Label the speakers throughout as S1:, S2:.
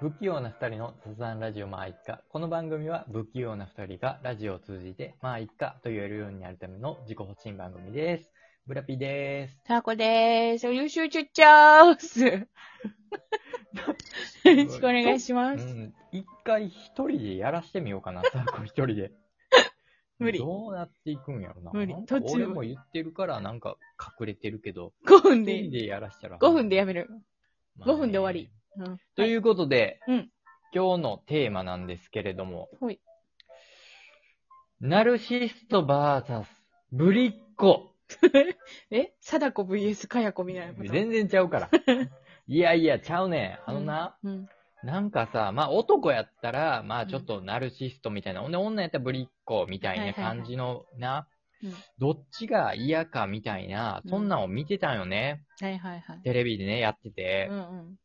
S1: 不器用な二人の雑談ラジオまあいっか。この番組は不器用な二人がラジオを通じてまあいっかと言えるようになるための自己保身番組です。ブラピーです。
S2: タコでーす。優秀ちゅっちゃーす。よろしくお願いし
S1: う
S2: ます。
S1: ん。一回一人でやらしてみようかな、さあ、こ一人で。
S2: 無理
S1: どうなっていくんやろな。
S2: 無理
S1: なんか
S2: 途中
S1: 俺も言ってるから、なんか隠れてるけど、
S2: 5分
S1: 一人
S2: で、
S1: でやらしたら。
S2: 5分でやめる。
S1: まあね
S2: 5分で終わり。うん。
S1: ということで、
S2: うん
S1: 今日のテーマなんですけれども、
S2: ほい
S1: ナルシスト VS ぶりっ子。
S2: え貞子 VS かやこみたいなこと。
S1: 全然ちゃうから。 いやいや、ちゃうねん。あのな、
S2: うん。
S1: なんかさ、まあ男やったら、まあちょっとナルシストみたいな、ほんで女やったらぶりっ子みたい
S2: は
S1: ない
S2: はいはい
S1: 感じのな、
S2: うん
S1: どっちが嫌かみたいな、そんなんを見てたんよね。
S2: はいはいはい。
S1: テレビでね、やってて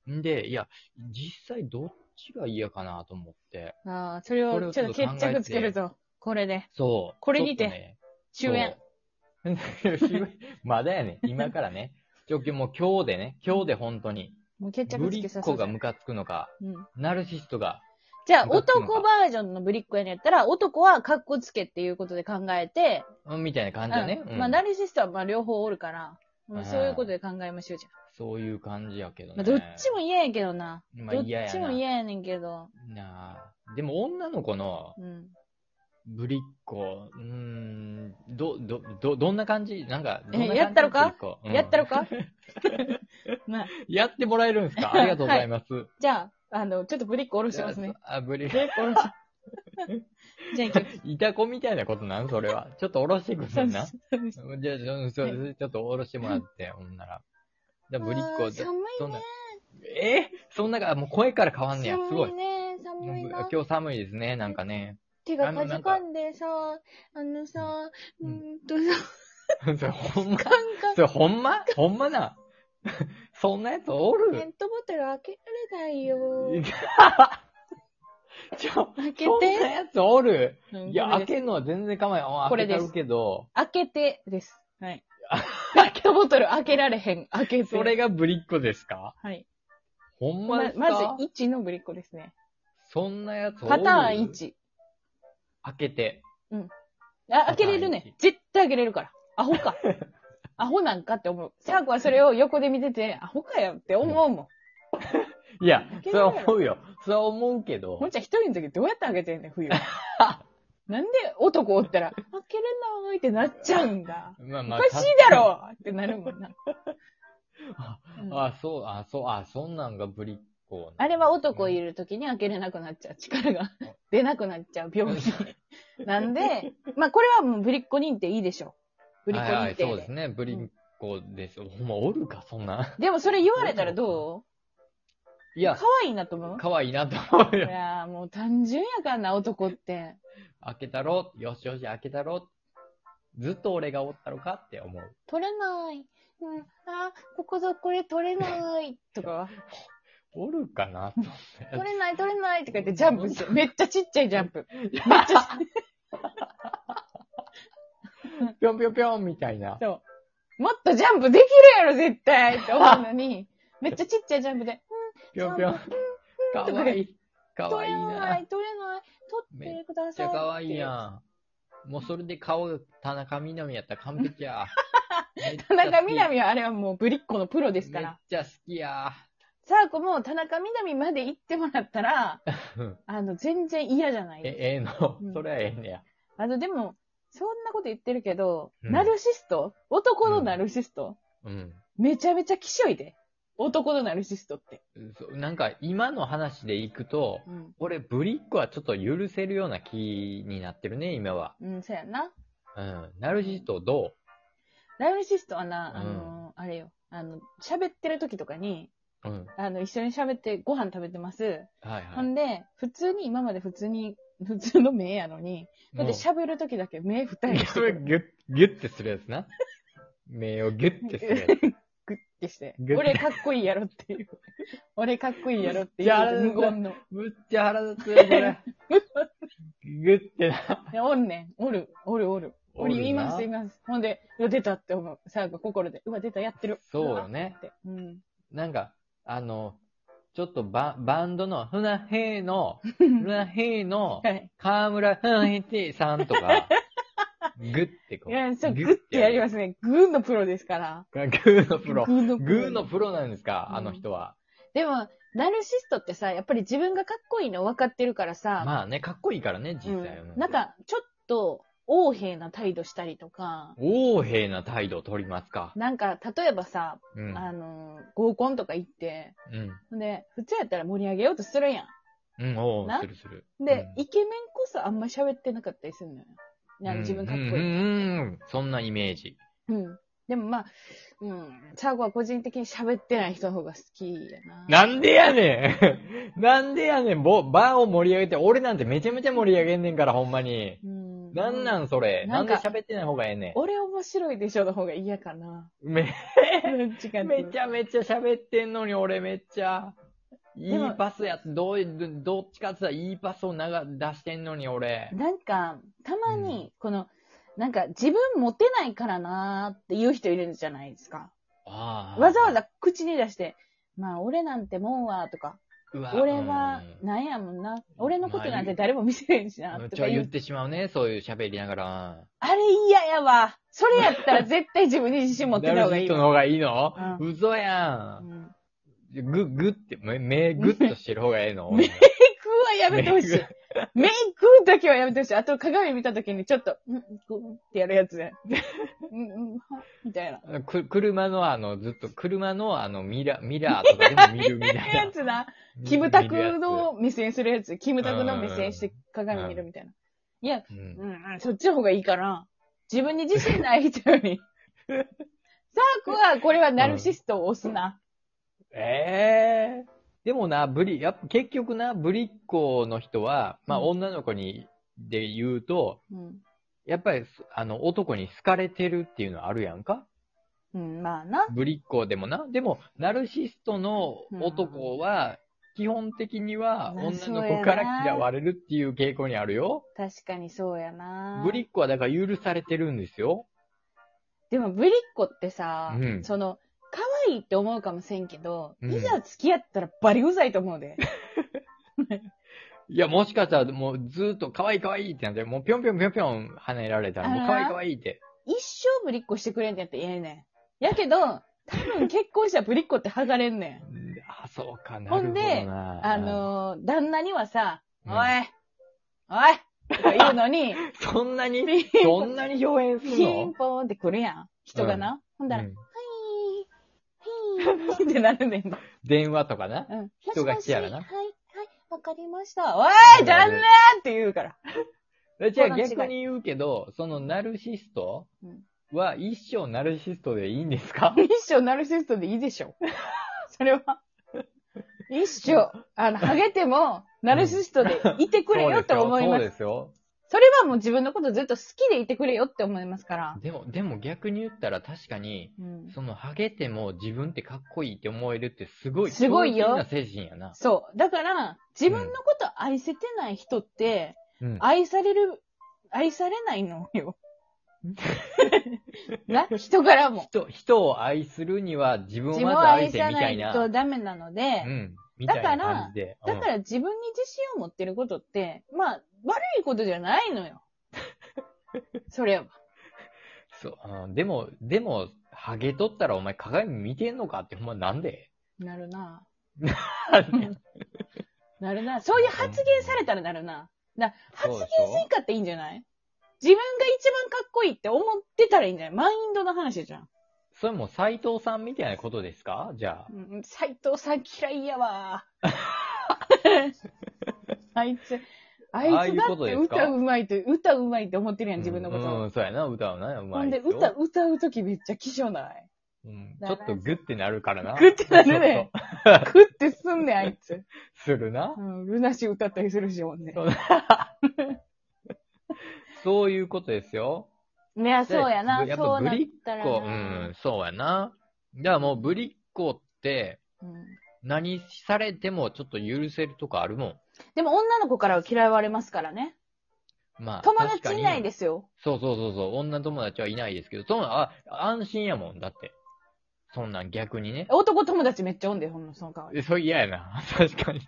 S2: う。ん
S1: んで、いや、実際どっちが嫌かなと思って。
S2: うん。ああ、それ
S1: これを
S2: を
S1: ち
S2: ち
S1: ょ
S2: ょ
S1: っ
S2: っ
S1: と
S2: と
S1: 考えて
S2: 決着つけるぞ。これで。
S1: そう。
S2: これにて
S1: ちょっとね
S2: 終焉。
S1: そう。終焉 まだやね。今からね。ちょ、もう今日でね。今日で本当に。
S2: もう決
S1: ぶ
S2: 着つ
S1: り
S2: け
S1: っ
S2: さ
S1: 子
S2: せ
S1: が
S2: る。
S1: ムカつくのか、
S2: うん。
S1: ナルシストが。
S2: じゃあ、
S1: ムカつくのか
S2: 男バージョンのぶりっ子やねやったら、男はカッコつけっていうことで考えて、
S1: うんみたいな感じだね。
S2: う
S1: うんん
S2: まあ、ナルシストはまあ両方おるから、
S1: う
S2: うんん、そういうことで考えましょうじゃん。
S1: そういう感じやけど
S2: ま
S1: ね。
S2: あ、どっちも嫌やけどな。
S1: まあ
S2: どっ
S1: 嫌や
S2: ち
S1: な
S2: も嫌やねんけど。
S1: なあ。でも女の子の
S2: うん。
S1: ぶりっ子、うーん、ど、ど、ど、どんな感じなんか、どんな感
S2: え
S1: じ
S2: やったろか
S1: ぶりっ子うん
S2: やったろかまあ、
S1: やってもらえるんですかありがとうございます。
S2: じゃあ、あの、ちょっとブリック下ろしますね。
S1: あ、ぶり
S2: ブリック下ろし。じゃあ行きます
S1: いたこみたいなことなんそれは。ちょっとおろしてく
S2: そ
S1: れ
S2: うんで
S1: な。
S2: すそうです。
S1: じゃあ、ちょそれちょっとおろしてもら って、ほんなら。だぶりっ
S2: あ
S1: 子
S2: ー
S1: で
S2: 寒
S1: そんな、えーそんなか、もう声から変わん
S2: い
S1: ね
S2: ね。
S1: や。すごい
S2: 寒い。ね。寒いな。
S1: 今日寒いですね、なんかね。
S2: 手がかじかんでさ、あのさ、う
S1: うん
S2: ーんとさ、
S1: それほんま
S2: カンカン
S1: それほんまほんまな。 そんなやつお
S2: ペ
S1: る
S2: ットボトル開けられないよ。
S1: ちょ、
S2: 開け
S1: そんな
S2: て。
S1: やつおる
S2: うん
S1: いや、
S2: こ
S1: 開
S2: れです
S1: けんのは全然構わない。
S2: こ
S1: 開け
S2: れで
S1: た
S2: す
S1: るけど、
S2: 開けてです。 はい。ペットボトル開けられへん。開けて。
S1: それがぶりっ子ですか
S2: はい。
S1: ほんま
S2: ま
S1: ですか
S2: まず1のぶりっ子ですね。
S1: そんなやつおる
S2: パターン。1。
S1: 開けて。
S2: あ、開けれるね。絶対開けれるから。アホ か。アホなんかって思う。シャークはそれを横で見てて、アホかよって思うもん。
S1: いや
S2: 開、け
S1: そ
S2: れ
S1: れは
S2: るやろ
S1: 思うよ。それは思うけど
S2: もん。ちゃん一人の時どうやって開けてんねん、冬。なんで男おったら、開けれないってなっちゃうんだ。
S1: まあ
S2: お
S1: ま
S2: か
S1: あ、
S2: しいだろってなるもんな。
S1: あ
S2: うん
S1: あ、そう、あ、そう、あ、そんなんがぶりっ子。
S2: あれは男いる時に開けれなくなっちゃう。力が出なくなっちゃう病気。なんで、まあこれはもうブリッコ認定いいでしょう。ブリッコ
S1: はいは
S2: 認
S1: い
S2: 定で。
S1: そうですね。ぶりっ子です。ほんまおるか、そんな。
S2: でもそれ言われたら
S1: いう
S2: どい
S1: や
S2: 可、愛いなと思う
S1: かわいいなと思う
S2: い
S1: よ。
S2: やーもう単純やからな、男って。
S1: 開けたろ、よしよし、開けたろ。ずっと俺がおったろかって思う。
S2: 取れない。うん、あー、ここぞこれ取れない。とか、
S1: おるかなと思
S2: 取れない取れないとか言ってジャンプして、めっちゃちっちゃいジャンプ。めっちゃし、
S1: って。ぴょんぴょんぴょんみたいな。
S2: そう。もっとジャンプできるやろ、絶対って思うのに、めっちゃちっちゃいジャンプで、
S1: ぴょんぴょん。かわいい。かわ
S2: 取
S1: いい
S2: れな
S1: な。めっ
S2: い、取れない、取ってくだ
S1: ち
S2: さい
S1: ゃ
S2: って。
S1: かわいいやん。もうそれで顔、田中みなみやったら完璧や。
S2: 田中みな
S1: み
S2: 実はあれはもうぶりっ子のプロですか
S1: めっ
S2: ら。
S1: ちゃ好きや。
S2: さあ、こも田中みな実まで行ってもらったら、あの、全然嫌じゃない
S1: え、
S2: です。
S1: ええの
S2: う。ん
S1: それはええねや。
S2: あの、でも、そんなこと言ってるけど、
S1: うん
S2: ナルシスト男のナルシスト、
S1: うん。
S2: めちゃめちゃきしょいで。男のナルシストって。
S1: そなんか、今の話でいくと、
S2: うん。
S1: 俺、ぶりっ子はちょっと許せるような気になってるね、今は。
S2: うん、そうやな。
S1: うん。ナルシストど
S2: ナルシストはな、
S1: うん
S2: あの、あれよ。あの、喋ってる時とかに、
S1: ううん。
S2: あの、一緒に喋ってご飯食べてます。
S1: はい
S2: ほ
S1: はい。
S2: んで、普通に、今まで普通に、普通の目やのに、だって喋る時だけ目二人
S1: もう
S2: でして
S1: そ
S2: く
S1: れ
S2: る
S1: ギュッ、ギュッてするやつな。目をギュッてするやつ。
S2: グッ てして
S1: グッ、て
S2: 俺かっこいいやろっていう。俺かっこいいやろって
S1: じゃああれ
S2: いう無言の。
S1: むっちゃ腹立つよ、こ れ。グッてな。
S2: いやおんねん。おる、おる、おる。おり、います、い
S1: 今。
S2: ます。ほんで、うわ、出たって思う。さあ、心で。うわ、出た、やってる。
S1: そうよね
S2: うわって。うん。
S1: なんか、あの、ちょっとババンドの、ふなへー の、ふなへーの
S2: は、い。
S1: 河村ふなへてさんと か、グってこ。
S2: いうや、そう、グってやりますね。グーのプロですから。
S1: グーのプロ
S2: グ。ーの
S1: グーのプロなんですか、
S2: うん
S1: あの人は。
S2: でも、ナルシストってさ、やっぱり自分がかっこいいの分かってるからさ、
S1: まあね、かっこいいからね、実際はね、
S2: うん、なんか、ちょっと、横柄な態度したりとか、
S1: 横柄な態度を取りますか。
S2: なんか、例えばさ、
S1: うん。
S2: あの、合コンとか行って、
S1: うん。
S2: で、普通やったら盛り上げようとするや
S1: うん、おお、
S2: な
S1: するする。
S2: ん。で、
S1: うん
S2: イケメンこそあんま喋ってなかったりするのよ。なんか自分かっこいい。
S1: うん、うんうんそんなイメージ。
S2: うん。でもまあ、うん、チャーゴは個人的に喋ってない人の方が好きや
S1: な
S2: な。
S1: んでやねん なんでやねんぼバーを盛り上げて、俺なんてめちゃめちゃ盛り上げんねんから、ほんまに。
S2: うん。
S1: なんなんそれ。
S2: な
S1: なんん
S2: か
S1: で喋ってない方がええね
S2: 俺面白いでしょの方が嫌かな。
S1: ん。め、
S2: 違う。
S1: めちゃめちゃ喋ってんのに、俺めっちゃ。い
S2: でも
S1: いパスやつ、どうい、どどっちかって言ったらいいパスをなが出してんのに、俺。
S2: なんか、たまに、この、なんか自分モテないからなーって言う人いるじゃないですか。
S1: ああ。
S2: わざわざ口に出して、まあ俺なんてもんは、とか、
S1: うわ、
S2: 俺は
S1: うん
S2: なんやもんな、俺のことなんて誰も見せへんしな、と
S1: ちょ
S2: か
S1: 言
S2: 言
S1: っ
S2: う。
S1: てしまうね、そういう喋りながら。
S2: あれ嫌やわ。それやったら絶対自分に自信持ってた方がい
S1: ダルシス
S2: いわ。
S1: トの方がいいの、
S2: う
S1: 嘘や。
S2: うんん
S1: ぐ、ぐって、目、目ぐっとしてる方がええの
S2: 目メイクはやめてほしい。メイクだけはやめてほしい。あと鏡見た時にちょっと、うん、うんってやるやつね。うん、うん、はみたいな。
S1: く、車のあの、ずっと、車のあの、ミラ、ミラーとかでも見るみたい
S2: やるや
S1: な。
S2: つな。
S1: 見
S2: キムタ
S1: 見るや
S2: ク
S1: つ
S2: の目線するやつ。キムタクの目線して鏡見るみたいな。いや、
S1: う
S2: うんん、うん、そっちの方がいいかな。自分に自信ない人よ り。サークは、これはナルシストを押すな。
S1: ええでもな、ブリ、やっぱ結局な、ブリッコの人は、まあ、
S2: うん
S1: 女の子に、で言うと、
S2: うん。
S1: やっぱり、あの、男に好かれてるっていうのはあるやんか
S2: うん、まあな。
S1: ぶりっ子でもな。でも、ナルシストの男は、基本的には
S2: まあ
S1: 女
S2: そう
S1: の
S2: やな
S1: 子から嫌われるっていう傾向にあるよ。
S2: 確かにそうやな。
S1: ぶりっ子はだから許されてるんですよ。
S2: でも、ぶりっ子ってさ、
S1: うん
S2: その、可愛いって思うかもしれんけど、
S1: うん
S2: いざ付き合ったらバリうざいと思うで。
S1: いや、もしかしたらもうずっと可愛い可愛いってなって、もうぴょんぴょんぴょんぴょん跳ねられたら、も
S2: あ
S1: う
S2: ら
S1: 可愛い可愛いって。
S2: 一生ぶりっ子してくれんってやってええねん。やけど、多分結婚したらぶりっ子って剥がれんね
S1: うんあ、そうかな。
S2: ほん
S1: なるほ
S2: で。
S1: どなん
S2: あ、のー、旦那にはさ、
S1: うん
S2: おい、おいとか言うのに、
S1: そんなに、
S2: ピ
S1: そんなに表現する
S2: ン
S1: の
S2: ポーンって来るやん。人がな。ほんだら、
S1: うん
S2: ヒーン、ヒーンってなるねん。う
S1: 電話とかな。
S2: ん。
S1: 人が来やらな
S2: もしもしはい、はい、わかりました。おい、旦那って言うから。
S1: えじゃあ
S2: この違い
S1: 逆に言うけど、そのナルシスト
S2: うん
S1: は一生ナルシストでいいんですか
S2: 一生ナルシストでいいでしょ。それは。一生、あの、ハゲても、ナルシストでいてくれよって思いま
S1: そう
S2: す。
S1: ですよ。
S2: それはもう自分のことずっと好きでいてくれよって思いますから
S1: そう。ですよでも、でも逆に言ったら確かに、
S2: うん、
S1: その、ハゲても自分ってかっこいいって思えるってすごい、
S2: すごいよ
S1: 強靭な精神やな。
S2: そう。だから、自分のこと愛せてない人って、
S1: うん。
S2: 愛される、愛されないのよ。 な、人からも。
S1: 人、人を愛するには 自分を
S2: 自分
S1: ま
S2: を
S1: ず愛
S2: 愛
S1: せ
S2: さ
S1: み
S2: な
S1: たい
S2: い
S1: な。
S2: とダメなので、
S1: うん。みた
S2: だ
S1: い
S2: から
S1: な感じで。
S2: だから自分に自信を持ってることって、まあ、悪いことじゃない のよ。それは。
S1: うん、そう、うん。でも、でも、ハゲとったらお前鏡見てんのかってほんまなんで
S2: なるな。
S1: なんで
S2: なるな。そういう発言されたらなるな。な、
S1: そ
S2: 発
S1: う
S2: 言
S1: でし
S2: せんかっていいんじゃない自分が一番かっこいいって思ってたらいいんじゃないマインドの話じゃん。
S1: それも斎藤さんみたいなことですかじゃあ。
S2: うん、斎藤さん嫌い やわ。あいつ、あ
S1: ああ
S2: い
S1: い
S2: つ
S1: う
S2: だ
S1: こ
S2: っ
S1: とで
S2: て
S1: すか
S2: 歌うまいと、歌うまいって思ってるやん、自分のこと。
S1: うん、うんそうやな、歌うな、うま
S2: ほ
S1: い
S2: んで、
S1: 人。
S2: 歌、歌うときめっちゃ気性ない。
S1: うんちょっとグッてなるからな。
S2: グッてな るね
S1: ちょっ
S2: 食ってすんねん、あいつ。
S1: と。するな
S2: う。ん、ルナシー歌ったりするし、ほんで。
S1: そういうことですよ。
S2: ねや、そうやな。
S1: やっぱ
S2: そうなっ
S1: ぶり
S2: たら
S1: こう、う
S2: な。
S1: ん、そうやな。じゃあもうぶりっ子って、
S2: うん
S1: 何されてもちょっと許せるとかあるもん。
S2: でも女の子からは嫌われますからね。
S1: まあ、。
S2: 友達いないですすよ。
S1: そうそうそうそう、女友達はいないですけど、そのあ安心やもん、だって。そんなん逆にね。
S2: 男友達めっちゃおんで、ほんのその代わり。
S1: えそれ嫌やな。 確かに。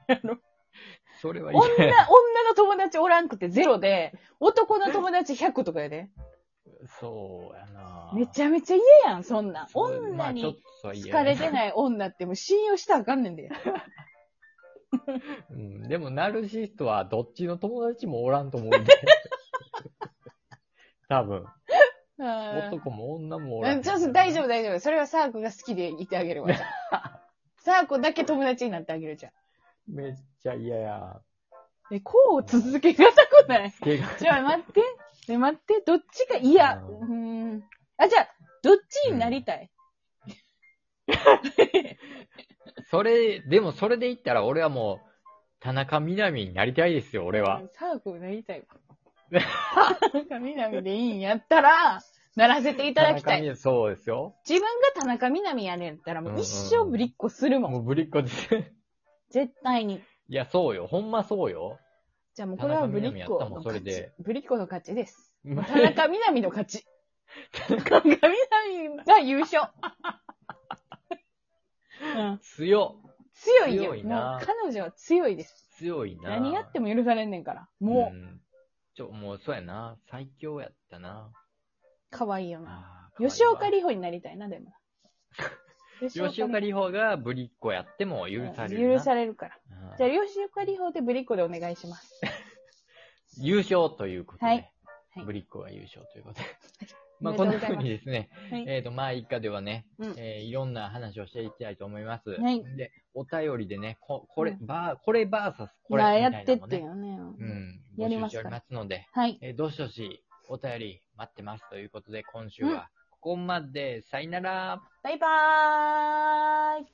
S1: それは
S2: 女、
S1: 嫌
S2: 女
S1: や。
S2: の友達おらんくてゼロで、男の友達100とかやで。
S1: そうやな。
S2: め
S1: ゃ
S2: ちゃめちゃ嫌やん、そんなん。
S1: ま
S2: 女
S1: あ、ちょっ
S2: に
S1: とそれ
S2: 好
S1: 嫌
S2: か
S1: や
S2: れてない女ってもう信用したらあかんね んで。
S1: うん、でも、ナルシストはどっちの友達もおらんと思うんで。 多分、
S2: うん
S1: 男も女もおら。
S2: うんん、ちょっと大丈夫大丈夫。それはサークが好きでいてあげ るわ。じゃあサークだけ友達になってあげるじゃん。
S1: めっちゃ嫌や。
S2: え、こう続けがたくない
S1: つけが
S2: じゃあ待って。え、待って。どっちが嫌。う
S1: う
S2: ーん。あ、じゃあ、どっちになりたい、
S1: それ、でもそれで言ったら俺はもう、田中みなみになりたいですよ、俺は。
S2: サークになりたいわ。なんかみなみでいいんやったら、ならせていただきた
S1: 田中み
S2: い。
S1: なそうですよ。
S2: 自分が田中みなみやねんったら、もう一生ぶりっこするもん。
S1: もうぶりっ子です。
S2: 絶対に。
S1: いや、そうよ。ほんまそうよ。
S2: じゃあもうこれはぶりっ子
S1: 田中みな実やったも
S2: の
S1: んそれ
S2: 勝ち
S1: で。
S2: ぶりっ子の勝ちです。
S1: 田
S2: 田中みなみの勝ち。田中みなみが優勝。うん、
S1: 強。
S2: 強いよ。
S1: 強いな
S2: もう彼女は強いです。
S1: 強いな。
S2: 何やっても許されんねんから。もう、
S1: んちょ、もうそうやな。最強やったな。
S2: 可愛いよな。
S1: あー
S2: 吉岡
S1: 可愛いわ
S2: 里帆になりたい な、でも。
S1: 吉岡里帆がぶりっ子やっても許される
S2: うん
S1: な。
S2: 許されるから。
S1: うん
S2: じゃあ、吉岡里帆でぶりっ子でお願いします。
S1: 優勝ということで。
S2: はいはい
S1: ブリッコが優勝ということで。
S2: お
S1: まあ、
S2: め
S1: こと
S2: でう
S1: ない
S2: んござます
S1: 風にですね、
S2: はい
S1: えっ、と、まあ、一家ではね、
S2: うん
S1: えーいろんな話をしていきたいと思います。
S2: はい
S1: で、お便りでね、ここれ、
S2: う
S1: バー、これバーサスこれ
S2: まあ
S1: みた
S2: や
S1: いな
S2: って
S1: の
S2: っ
S1: も
S2: て
S1: ね、
S2: よね。
S1: うん、
S2: やり
S1: 募集
S2: ま
S1: して
S2: す
S1: おり
S2: か
S1: ますので、
S2: はい。
S1: えーどしどしお便り待ってますということで、今週はここまで、さよなら。
S2: バイバーイ